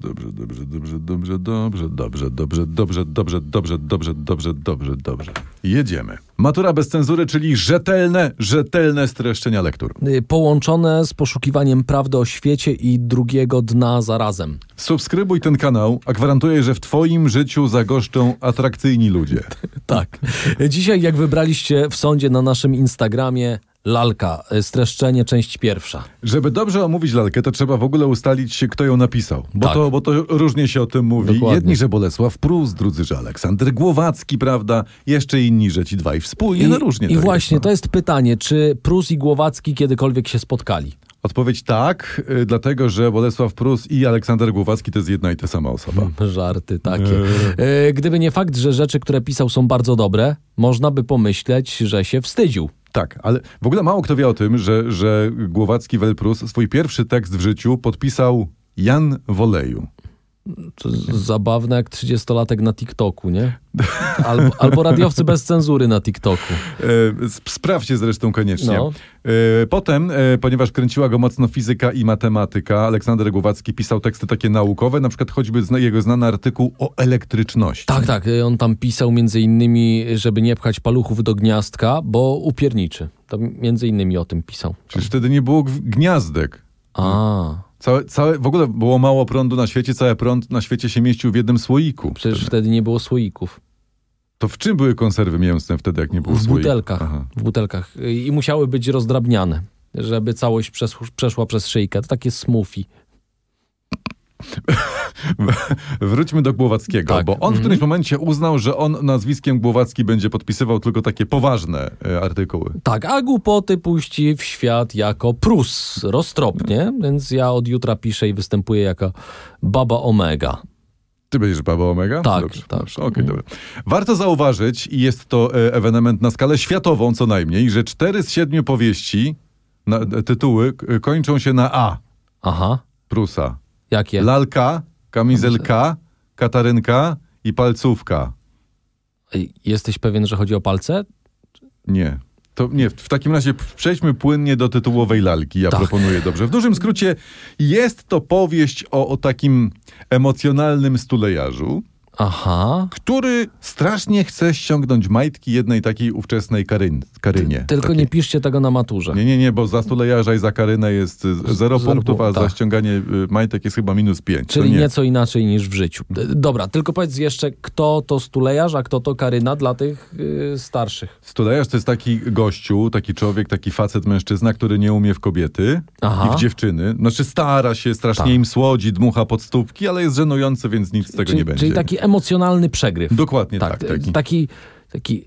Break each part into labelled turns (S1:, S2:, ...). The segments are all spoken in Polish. S1: dobrze, dobrze, dobrze, dobrze, dobrze, dobrze, dobrze, dobrze, dobrze, dobrze, dobrze, dobrze, dobrze, dobrze. Jedziemy. Matura bez cenzury, czyli rzetelne, rzetelne streszczenia lektur.
S2: Y, Połączone z poszukiwaniem prawdy o świecie i drugiego dna zarazem.
S1: Subskrybuj ten kanał, a gwarantuję, że w twoim życiu zagoszczą atrakcyjni ludzie.
S2: Tak. Dzisiaj, jak wybraliście w sądzie na naszym Instagramie, lalka, y, streszczenie, część pierwsza.
S1: Żeby dobrze omówić lalkę, to trzeba w ogóle ustalić, kto ją napisał. Bo,
S2: Tak.
S1: to, bo to różnie się o tym mówi.
S2: Dokładnie.
S1: Jedni, że Bolesław Prus, drudzy, że Aleksander Głowacki, prawda? Jeszcze inni, że ci dwaj wspólnie. no różnie
S2: I
S1: tak
S2: właśnie,
S1: jest,
S2: to
S1: no.
S2: jest pytanie, czy Prus i Głowacki kiedykolwiek się spotkali?
S1: Odpowiedź tak, y, dlatego że Bolesław Prus i Aleksander Głowacki to jest jedna i ta sama
S2: Hmm.
S1: osoba.
S2: Żarty takie.
S1: Eee.
S2: Y, Gdyby nie fakt, że rzeczy, które pisał są bardzo dobre, można by pomyśleć, że się wstydził.
S1: Tak, ale w ogóle mało kto wie o tym, że, że Głowacki Wel Prus swój pierwszy tekst w życiu podpisał Jan Woleju.
S2: To z- zabawne jak 30-latek na TikToku, nie? Albo, albo radiowcy bez cenzury na TikToku.
S1: E, sp- Sprawdźcie zresztą koniecznie.
S2: No.
S1: E, Potem, e, ponieważ kręciła go mocno fizyka i matematyka, Aleksander Głowacki pisał teksty takie naukowe, na przykład choćby zna- jego znany artykuł o elektryczności.
S2: Tak, tak. y, On tam pisał między innymi, żeby nie pchać paluchów do gniazdka, bo upierniczy. To między innymi o tym pisał.
S1: Przecież wtedy nie było gw- gniazdek.
S2: A,
S1: Całe, całe, w ogóle było mało prądu na świecie, cały prąd na świecie się mieścił w jednym słoiku.
S2: przecież wtedy nie było słoików.
S1: To w czym były konserwy mięsne wtedy, jak nie było
S2: W
S1: słoiku?
S2: butelkach.
S1: Aha.
S2: W butelkach. Y, I musiały być rozdrabniane, żeby całość przes- przeszła przez szyjkę. To takie smoothie.
S1: Wróćmy do Głowackiego,
S2: Tak.
S1: bo on w którymś momencie uznał, że on nazwiskiem Głowacki będzie podpisywał tylko takie poważne e, artykuły.
S2: Tak, a głupoty puści w świat jako Prus, roztropnie, więc ja od jutra piszę i występuję jako Baba Omega.
S1: Ty będziesz Baba Omega?
S2: Tak,
S1: dobrze,
S2: tak.
S1: Dobrze, okej, dobra. Warto zauważyć, i jest to e, ewenement na skalę światową co najmniej, że cztery z siedmiu powieści, na, e, tytuły, k- e, kończą się na A.
S2: Aha,
S1: Prusa.
S2: jakie?
S1: Lalka, kamizelka, katarynka i palcówka.
S2: Ej, Jesteś pewien, że chodzi o palce?
S1: Nie. To nie, w takim razie p- przejdźmy płynnie do tytułowej lalki, ja
S2: Tak.
S1: proponuję dobrze. W dużym skrócie jest to powieść o, o takim emocjonalnym stulejarzu,
S2: Aha.
S1: który strasznie chce ściągnąć majtki jednej takiej ówczesnej Karyn, Karynie.
S2: Tylko
S1: Takiej-
S2: nie piszcie tego na maturze.
S1: Nie, nie, nie, bo za stulejarza i za Karynę jest y, zero, punktów, a
S2: punktów,
S1: za
S2: tak.
S1: ściąganie y, majtek jest chyba minus pięć.
S2: Czyli
S1: To nie.
S2: nieco inaczej niż w życiu. D- Dobra, tylko powiedz jeszcze, kto to stulejarz, a kto to karyna dla tych yy, starszych.
S1: Stulejarz to jest taki gościu, taki człowiek, taki facet, mężczyzna, który nie umie w kobiety
S2: Aha.
S1: i w dziewczyny. Znaczy stara się, strasznie
S2: Tak.
S1: im słodzi, dmucha pod stópki, ale jest żenujący, więc nic z tego
S2: Czyli,
S1: nie będzie.
S2: czyli taki y, emocjonalny przegryw.
S1: Dokładnie tak.
S2: t-
S1: taki.
S2: taki, taki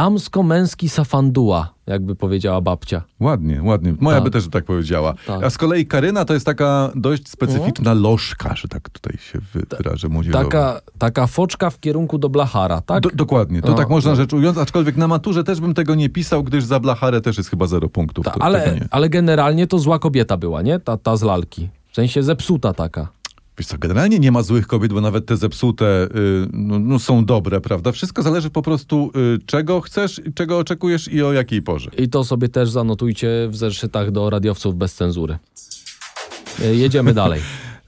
S2: damsko-męski safanduła, jakby powiedziała babcia.
S1: Ładnie, ładnie. Moja
S2: Tak.
S1: by też tak powiedziała.
S2: Tak. Mhm.
S1: A z kolei Karyna to jest taka dość specyficzna lożka, że tak tutaj się wyrażę młodzieżowo.
S2: Taka, taka foczka w kierunku do Blachara, tak?
S1: Do, dokładnie, to
S2: No,
S1: tak można rzecz ująć, aczkolwiek na maturze też bym tego nie pisał, gdyż za blacharę też jest chyba zero punktów.
S2: Ta,
S1: to- tego
S2: Tak, ale,
S1: nie.
S2: ale generalnie to zła kobieta była, nie? Ta, ta z lalki. W sensie zepsuta taka.
S1: Wiesz co, generalnie nie ma złych kobiet, bo nawet te zepsute y, no, no, są dobre, prawda? Wszystko zależy po prostu, y, czego chcesz, i czego oczekujesz i o jakiej porze.
S2: I to sobie też zanotujcie w zeszytach do radiowców bez cenzury. E, Jedziemy dalej.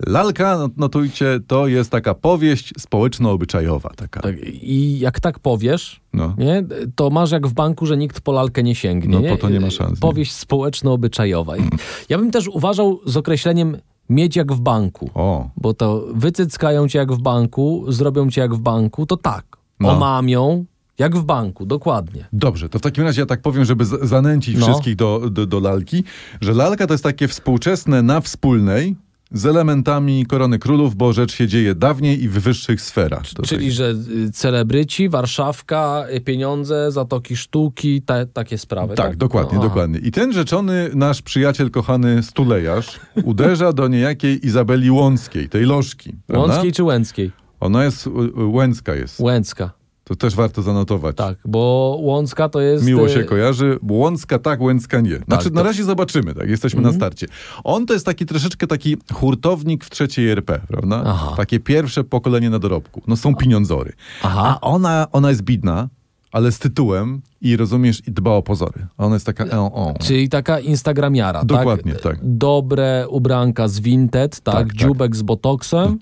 S1: Lalka, no- notujcie, to jest taka powieść społeczno-obyczajowa taka.
S2: Tak, I jak tak powiesz,
S1: No.
S2: nie, to masz jak w banku, że nikt po lalkę nie sięgnie.
S1: No, po to nie ma szans, nie?
S2: Powieść społeczno-obyczajowa. I Ja bym też uważał z określeniem mieć jak w banku.
S1: O,
S2: Bo to wycyckają cię jak w banku, zrobią cię jak w banku, to tak.
S1: No.
S2: Omamią jak w banku, dokładnie.
S1: dobrze, to w takim razie ja tak powiem, żeby z- zanęcić
S2: No.
S1: wszystkich do, do, do lalki, że lalka to jest takie współczesne na wspólnej z elementami Korony Królów, bo rzecz się dzieje dawniej i w wyższych sferach. To tak.
S2: Czyli, że y, celebryci, Warszawka, y, pieniądze, zatoki sztuki, te, takie sprawy. No,
S1: Tak, dokładnie,
S2: Aha.
S1: dokładnie. I ten rzeczony nasz przyjaciel, kochany stulejarz, uderza do niejakiej Izabeli Łąckiej, tej lożki. prawda?
S2: Łąckiej czy Łęckiej?
S1: Ona jest, y, y, Łęcka jest.
S2: Łęcka,
S1: To też warto zanotować.
S2: tak, bo Łącka to jest...
S1: Miło
S2: y,
S1: się kojarzy. Łącka tak, Łęcka nie. Znaczy,
S2: Tak,
S1: na
S2: tak. Mhm.
S1: razie zobaczymy, tak? Jesteśmy na starcie. On to jest taki troszeczkę taki hurtownik w trzeciej RP, prawda?
S2: Aha.
S1: Takie pierwsze pokolenie na dorobku. No są pieniądzory.
S2: Aha.
S1: A ona, ona jest bidna, ale z tytułem i rozumiesz, i dba o pozory. A ona jest taka on, on.
S2: Czyli taka instagramiara,
S1: Dokładnie,
S2: tak?
S1: tak.
S2: Dobre ubranka z Vinted, tak?
S1: Tak, tak.
S2: Dziubek z botoksem.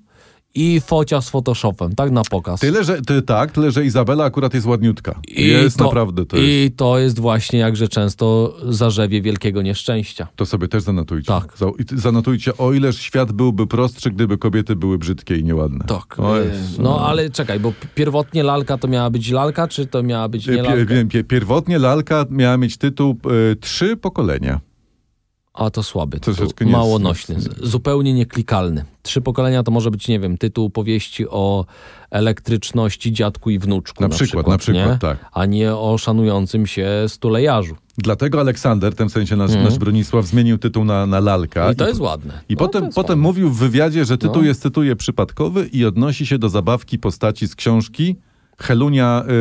S2: i focia z Photoshopem, tak na pokaz.
S1: Tyle, że ty, tak, tyle, że Izabela akurat jest ładniutka.
S2: I
S1: jest naprawdę to. Jest.
S2: I to jest właśnie jakże często zarzewie wielkiego nieszczęścia.
S1: To sobie też zanotujcie.
S2: Tak.
S1: Za- i ty- Zanotujcie, o ileż świat byłby prostszy, gdyby kobiety były brzydkie i nieładne.
S2: Tak.
S1: O
S2: e,
S1: Jezu.
S2: No ale czekaj, bo p- pierwotnie lalka to miała być lalka, czy to miała być nie
S1: Pie-
S2: lalka?
S1: wiem, pie- Pierwotnie lalka miała mieć tytuł e, Trzy pokolenia.
S2: A to słaby, tytuł,
S1: Troszeczkę nie-
S2: mało nośny, z- zupełnie nieklikalny. Trzy pokolenia to może być, nie wiem, tytuł powieści o elektryczności dziadku i wnuczku.
S1: Na
S2: Na,
S1: przykład, na przykład,
S2: nie?
S1: tak.
S2: A nie o szanującym się stulejarzu.
S1: Dlatego Aleksander, w tym sensie nasz, nasz Bronisław, zmienił tytuł na, na lalka.
S2: Mhm. I to
S1: I-
S2: jest ładne.
S1: I
S2: No,
S1: potem,
S2: to jest
S1: potem
S2: ładne.
S1: mówił w wywiadzie, że tytuł
S2: No.
S1: jest cytuję przypadkowy i odnosi się do zabawki postaci z książki Helunia, y,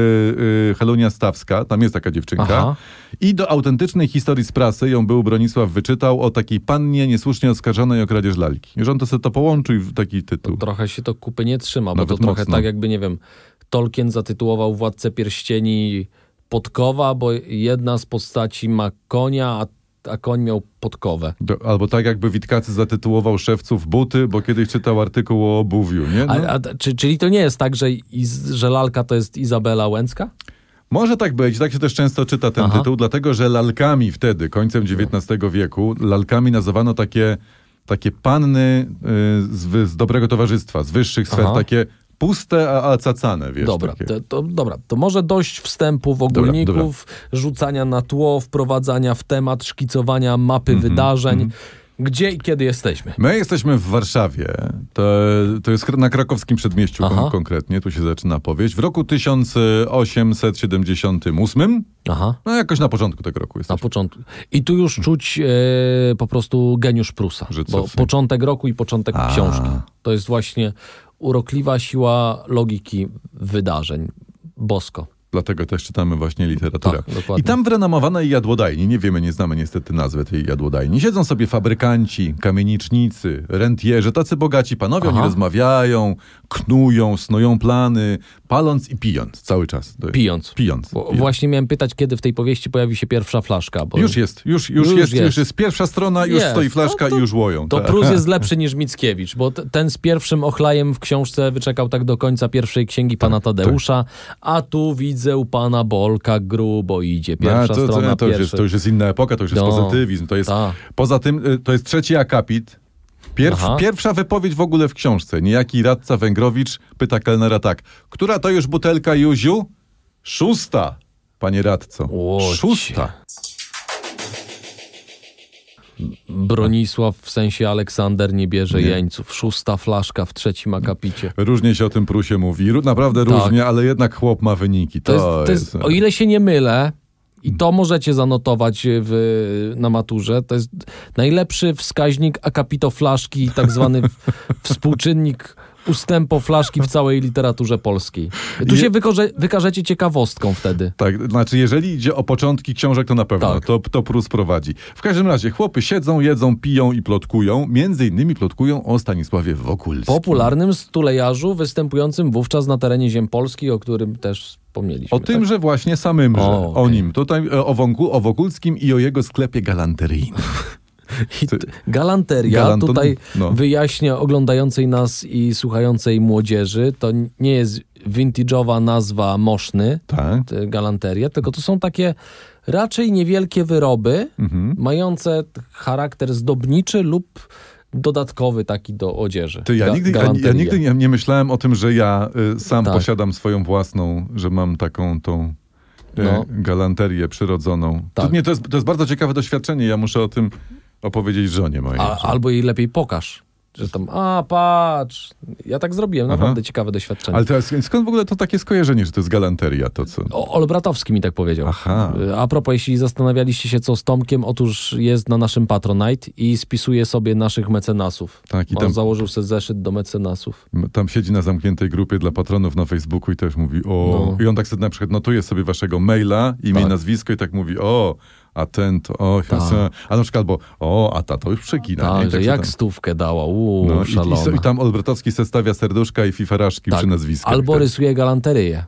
S1: y, Helunia Stawska, tam jest taka dziewczynka,
S2: Aha.
S1: i do autentycznej historii z prasy, ją był Bronisław wyczytał, o takiej pannie niesłusznie oskarżonej o kradzież lalki. Już on to sobie to połączył w taki tytuł.
S2: Trochę się to kupy nie trzyma, bo
S1: Nawet
S2: to trochę
S1: mocno.
S2: tak jakby, nie wiem, Tolkien zatytułował Władcę Pierścieni Podkowa, bo jedna z postaci ma konia, a, a koń miał podkowę.
S1: Do, albo tak jakby Witkacy zatytułował szewców buty, bo kiedyś czytał artykuł o obuwiu, nie? No.
S2: A, a, czy, czyli to nie jest tak, że, Iz, że lalka to jest Izabela Łęcka?
S1: Może tak być, tak się też często czyta ten
S2: Aha.
S1: tytuł, dlatego że lalkami wtedy, końcem XIX wieku, lalkami nazywano takie, takie panny y, z, wy- z dobrego towarzystwa, z wyższych sfer,
S2: Aha.
S1: takie puste, a, a cacane, wiesz.
S2: Dobra
S1: takie.
S2: to, to, dobra, to może dość wstępu w ogólników, rzucania na tło, wprowadzania w temat, szkicowania mapy
S1: Mhm,
S2: wydarzeń. Gdzie i kiedy jesteśmy?
S1: My jesteśmy w Warszawie, to, to jest na krakowskim przedmieściu kon-
S2: Aha.
S1: konkretnie, tu się zaczyna powieść. W roku 1878,
S2: Aha.
S1: no jakoś na początku tego roku
S2: Na
S1: jesteśmy.
S2: początku. I tu już czuć e, po prostu geniusz Prusa.
S1: Że co
S2: Bo
S1: w tym?
S2: początek roku i początek
S1: A.
S2: książki. To jest właśnie urokliwa siła logiki wydarzeń. Bosko.
S1: Dlatego też czytamy właśnie literaturę.
S2: Tak, dokładnie.
S1: I tam w renomowanej jadłodajni, nie wiemy, nie znamy niestety nazwy tej jadłodajni, siedzą sobie fabrykanci, kamienicznicy, rentierzy, tacy bogaci panowie, oni
S2: Aha.
S1: rozmawiają, knują, snują plany, paląc i pijąc cały czas. To-
S2: Pijąc.
S1: Pijąc.
S2: Bo
S1: pijąc.
S2: Właśnie miałem pytać, kiedy w tej powieści pojawi się pierwsza flaszka. Bo
S1: Już jest, już, już,
S2: Już
S1: jest, już
S2: jest.
S1: jest pierwsza strona, już
S2: Jest.
S1: stoi flaszka
S2: No to-
S1: i już łoją.
S2: To
S1: tak.
S2: Prus jest lepszy niż Mickiewicz, bo t- ten z pierwszym ochlajem w książce wyczekał tak do końca pierwszej
S1: Tak,
S2: księgi pana Tadeusza, a tu widzę u pana Bolka grubo idzie
S1: No,
S2: pierwsza
S1: to, to,
S2: strona,
S1: to, już jest,
S2: pierwszy...
S1: to już jest inna epoka, to już jest
S2: No,
S1: pozytywizm. To jest,
S2: tak.
S1: poza tym y, to jest trzeci akapit. Pierw,
S2: Aha.
S1: pierwsza wypowiedź w ogóle w książce. Niejaki radca Węgrowicz pyta kelnera tak. Która to już butelka, Juziu? Szósta, panie radco.
S2: Łocie.
S1: Szósta.
S2: Bronisław w sensie Aleksander nie bierze jeńców. Szósta flaszka w trzecim akapicie.
S1: Różnie się o tym Prusie mówi. Ró- naprawdę
S2: Tak.
S1: różnie, ale jednak chłop ma wyniki. To,
S2: To jest, to jest, o ile się nie mylę, i to możecie zanotować e, w, na maturze, to jest najlepszy wskaźnik akapitoflaszki i tak zwany w- współczynnik ustępoflaszki w całej literaturze polskiej. Tu
S1: Je-
S2: się wykorze, wykażecie ciekawostką wtedy.
S1: Tak, znaczy jeżeli idzie o początki książek, to na pewno
S2: Tak.
S1: to, to Prus prowadzi. W każdym razie chłopy siedzą, jedzą, piją i plotkują. Między innymi plotkują o Stanisławie Wokulskim.
S2: Popularnym stulejarzu występującym wówczas na terenie ziem Polski, o którym też wspomnieliśmy.
S1: O tym, że właśnie samym, że
S2: O,
S1: o
S2: okej.
S1: nim. Tutaj e, o, Wąku, o Wokulskim i o jego sklepie galanteryjnym.
S2: I t- galanteria
S1: Galanton-
S2: tutaj
S1: no.
S2: wyjaśnia oglądającej nas i słuchającej młodzieży. To n- nie jest vintage'owa nazwa moszny,
S1: Tak.
S2: t- galanteria, tylko to są takie raczej niewielkie wyroby,
S1: Mhm.
S2: mające t- charakter zdobniczy lub dodatkowy taki do odzieży.
S1: Ty, ja
S2: Ga-
S1: nigdy, ja, ja
S2: galanteria.
S1: nigdy nie, nie myślałem o tym, że ja y, sam
S2: Tak.
S1: posiadam swoją własną, że mam taką tą y,
S2: No.
S1: galanterię przyrodzoną. To,
S2: Tak.
S1: nie, to, jest, to jest bardzo ciekawe doświadczenie. Ja muszę o tym opowiedzieć żonie mojej.
S2: A, albo jej lepiej pokaż. Że tam, a patrz, ja tak zrobiłem,
S1: Aha.
S2: naprawdę ciekawe doświadczenie.
S1: Ale to, jest- skąd w ogóle to takie skojarzenie, że to jest galanteria, to co?
S2: O, Olbratowski mi tak powiedział.
S1: Aha.
S2: Y, A propos, jeśli zastanawialiście się, co z Tomkiem, otóż jest na naszym Patronite i spisuje sobie naszych mecenasów.
S1: Tak, i
S2: On
S1: tam-
S2: założył sobie zeszyt do mecenasów.
S1: M- Tam siedzi na zamkniętej grupie dla patronów na Facebooku i też mówi o... I on tak sobie na przykład notuje sobie waszego maila, imię i
S2: No. Tak.
S1: nazwisko i tak mówi o, a ten to... O,
S2: Tak.
S1: a na przykład albo o, a ta to już przegina. nie? I
S2: Tak, że
S1: się
S2: jak
S1: tam-
S2: stówkę dała, uuu,
S1: no, i, i,
S2: szalona.
S1: so- I tam Olbratowski se stawia serduszka i fifaraszki
S2: Tak.
S1: przy nazwisku.
S2: Albo rysuje galanterię.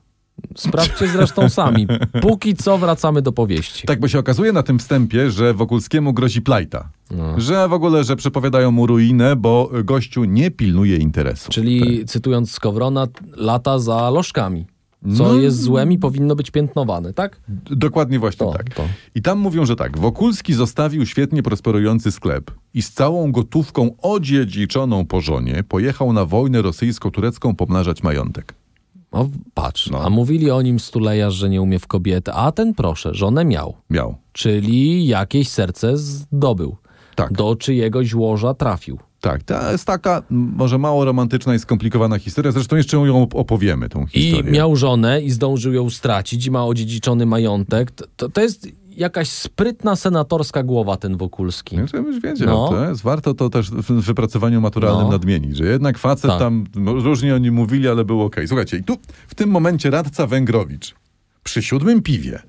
S2: Sprawdźcie zresztą sami. Póki co wracamy do powieści.
S1: Tak, bo się okazuje na tym wstępie, że Wokulskiemu grozi plajta.
S2: No.
S1: Że w ogóle, że przepowiadają mu ruinę, bo gościu nie pilnuje interesu.
S2: Czyli,
S1: Tak.
S2: cytując Skowrona, lata za lożkami. Co
S1: No.
S2: jest złem i powinno być piętnowane, tak?
S1: Dokładnie właśnie
S2: To,
S1: tak.
S2: to.
S1: I tam mówią, że tak, Wokulski zostawił świetnie prosperujący sklep i z całą gotówką odziedziczoną po żonie pojechał na wojnę rosyjsko-turecką pomnażać majątek.
S2: No, patrz,
S1: No.
S2: a mówili o nim stulejarz, że nie umie w kobiety, a ten proszę, żonę miał.
S1: Miał.
S2: Czyli jakieś serce zdobył.
S1: Tak.
S2: Do czyjegoś łoża trafił.
S1: Tak, to jest taka m, może mało romantyczna i skomplikowana historia, zresztą jeszcze ją op- opowiemy, tą
S2: I
S1: historię.
S2: miał żonę i zdążył ją stracić i ma odziedziczony majątek. T- To, to jest jakaś sprytna senatorska głowa ten Wokulski.
S1: Ja to już wiedział,
S2: No.
S1: to jest, warto to też w w wypracowaniu maturalnym
S2: No.
S1: nadmienić, że jednak facet
S2: Tak.
S1: tam, no, różnie oni mówili, ale było okej. Słuchajcie, i tu w tym momencie radca Węgrowicz przy siódmym piwie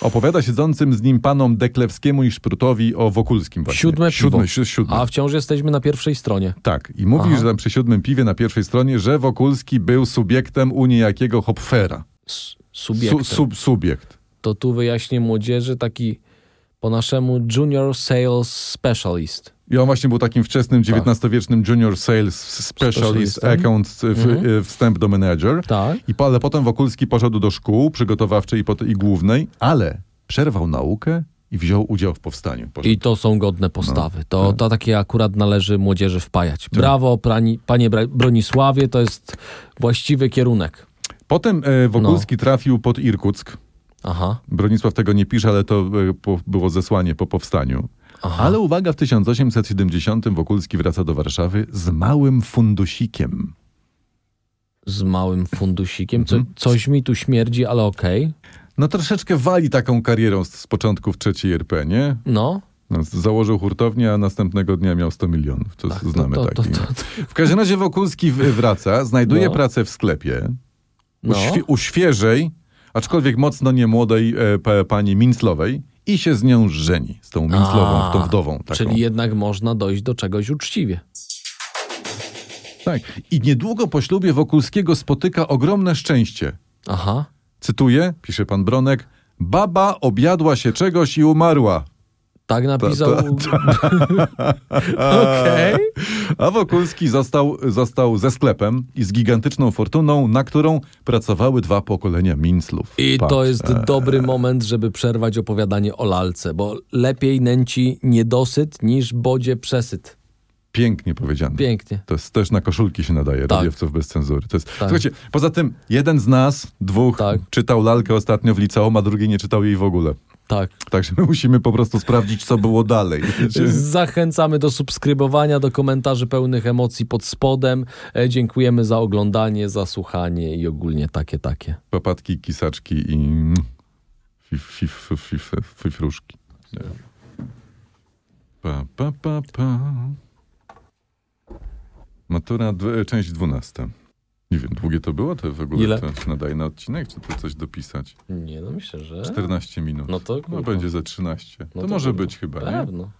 S1: opowiada siedzącym z nim panom Deklewskiemu i Szprutowi o Wokulskim właśnie.
S2: Siódme piwo.
S1: Siódmy, si- siódmy.
S2: A wciąż jesteśmy na pierwszej stronie.
S1: Tak, i mówi,
S2: Aha.
S1: że tam przy siódmym piwie na pierwszej stronie, że Wokulski był subiektem u niejakiego Hopfera.
S2: S-
S1: Su,
S2: Subiektem.
S1: sub, subiekt.
S2: To tu wyjaśnię młodzieży taki po naszemu junior sales specialist.
S1: I on właśnie był takim wczesnym
S2: Tak.
S1: XIX-wiecznym junior sales specialist
S2: Specjalistą.
S1: account, w, y, wstęp do manager.
S2: Mhm. Tak.
S1: I po, ale potem Wokulski poszedł do szkół przygotowawczej i, pot- i głównej, ale przerwał naukę i wziął udział w powstaniu. Poszedł.
S2: I to są godne postawy. To, to takie akurat należy młodzieży wpajać. Brawo, prani, panie Bra- Bronisławie, to jest właściwy kierunek.
S1: Potem e, Wokulski
S2: No.
S1: trafił pod Irkuck.
S2: Aha.
S1: Bronisław tego nie pisze, ale to e, po, było zesłanie po powstaniu.
S2: Aha.
S1: Ale uwaga, w 1870 Wokulski wraca do Warszawy z małym fundusikiem.
S2: Z małym fundusikiem. Co, coś mi tu śmierdzi, ale okej.
S1: No troszeczkę wali taką karierą z, z początków trzeciej RP, nie?
S2: No.
S1: No, z- Założył hurtownię, a następnego dnia miał 100 milionów. To
S2: Tak,
S1: znamy
S2: to- to-
S1: taki.
S2: to- to-
S1: W każdym razie Wokulski w- wraca, znajduje
S2: No.
S1: pracę w sklepie. U,
S2: No.
S1: świ- u świeżej, aczkolwiek mocno niemłodej e, pe- pani Minclowej i się z nią żeni. Z tą Minclową,
S2: A,
S1: tą wdową. Taką.
S2: Czyli jednak można dojść do czegoś uczciwie.
S1: Tak. I niedługo po ślubie Wokulskiego spotyka ogromne szczęście.
S2: Aha.
S1: Cytuję, pisze pan Bronek, baba objadła się czegoś i umarła.
S2: Tak napisał.
S1: to-
S2: Okej.
S1: A Wokulski został, został ze sklepem i z gigantyczną fortuną, na którą pracowały dwa pokolenia minclów.
S2: I
S1: Patrz.
S2: to jest dobry moment, żeby przerwać opowiadanie o lalce, bo lepiej nęci niedosyt niż bodzie przesyt.
S1: Pięknie powiedziane.
S2: Pięknie.
S1: To jest też na koszulki się nadaje,
S2: Tak.
S1: radiowców bez cenzury. To jest... Słuchajcie, poza tym jeden z nas, dwóch,
S2: Tak.
S1: czytał lalkę ostatnio w liceum, a drugi nie czytał jej w ogóle.
S2: Tak.
S1: Także my musimy po prostu sprawdzić, co było dalej.
S2: Zachęcamy do subskrybowania, do komentarzy pełnych emocji pod spodem. E, Dziękujemy za oglądanie, za słuchanie i ogólnie takie, takie.
S1: Papatki, kisaczki i fif, fif, fif, fif, fifruszki. Nie. Pa, pa, pa, pa. Matura, dw- część dwunasta. Nie wiem, długie to było? To w ogóle
S2: Ile?
S1: to się nadaje na odcinek, czy to coś dopisać?
S2: Nie, no myślę, że.
S1: 14 minut.
S2: No to
S1: No
S2: kurwa.
S1: będzie za 13.
S2: No
S1: to,
S2: to Tak,
S1: może
S2: kurwa.
S1: być chyba, nie?
S2: Pewno.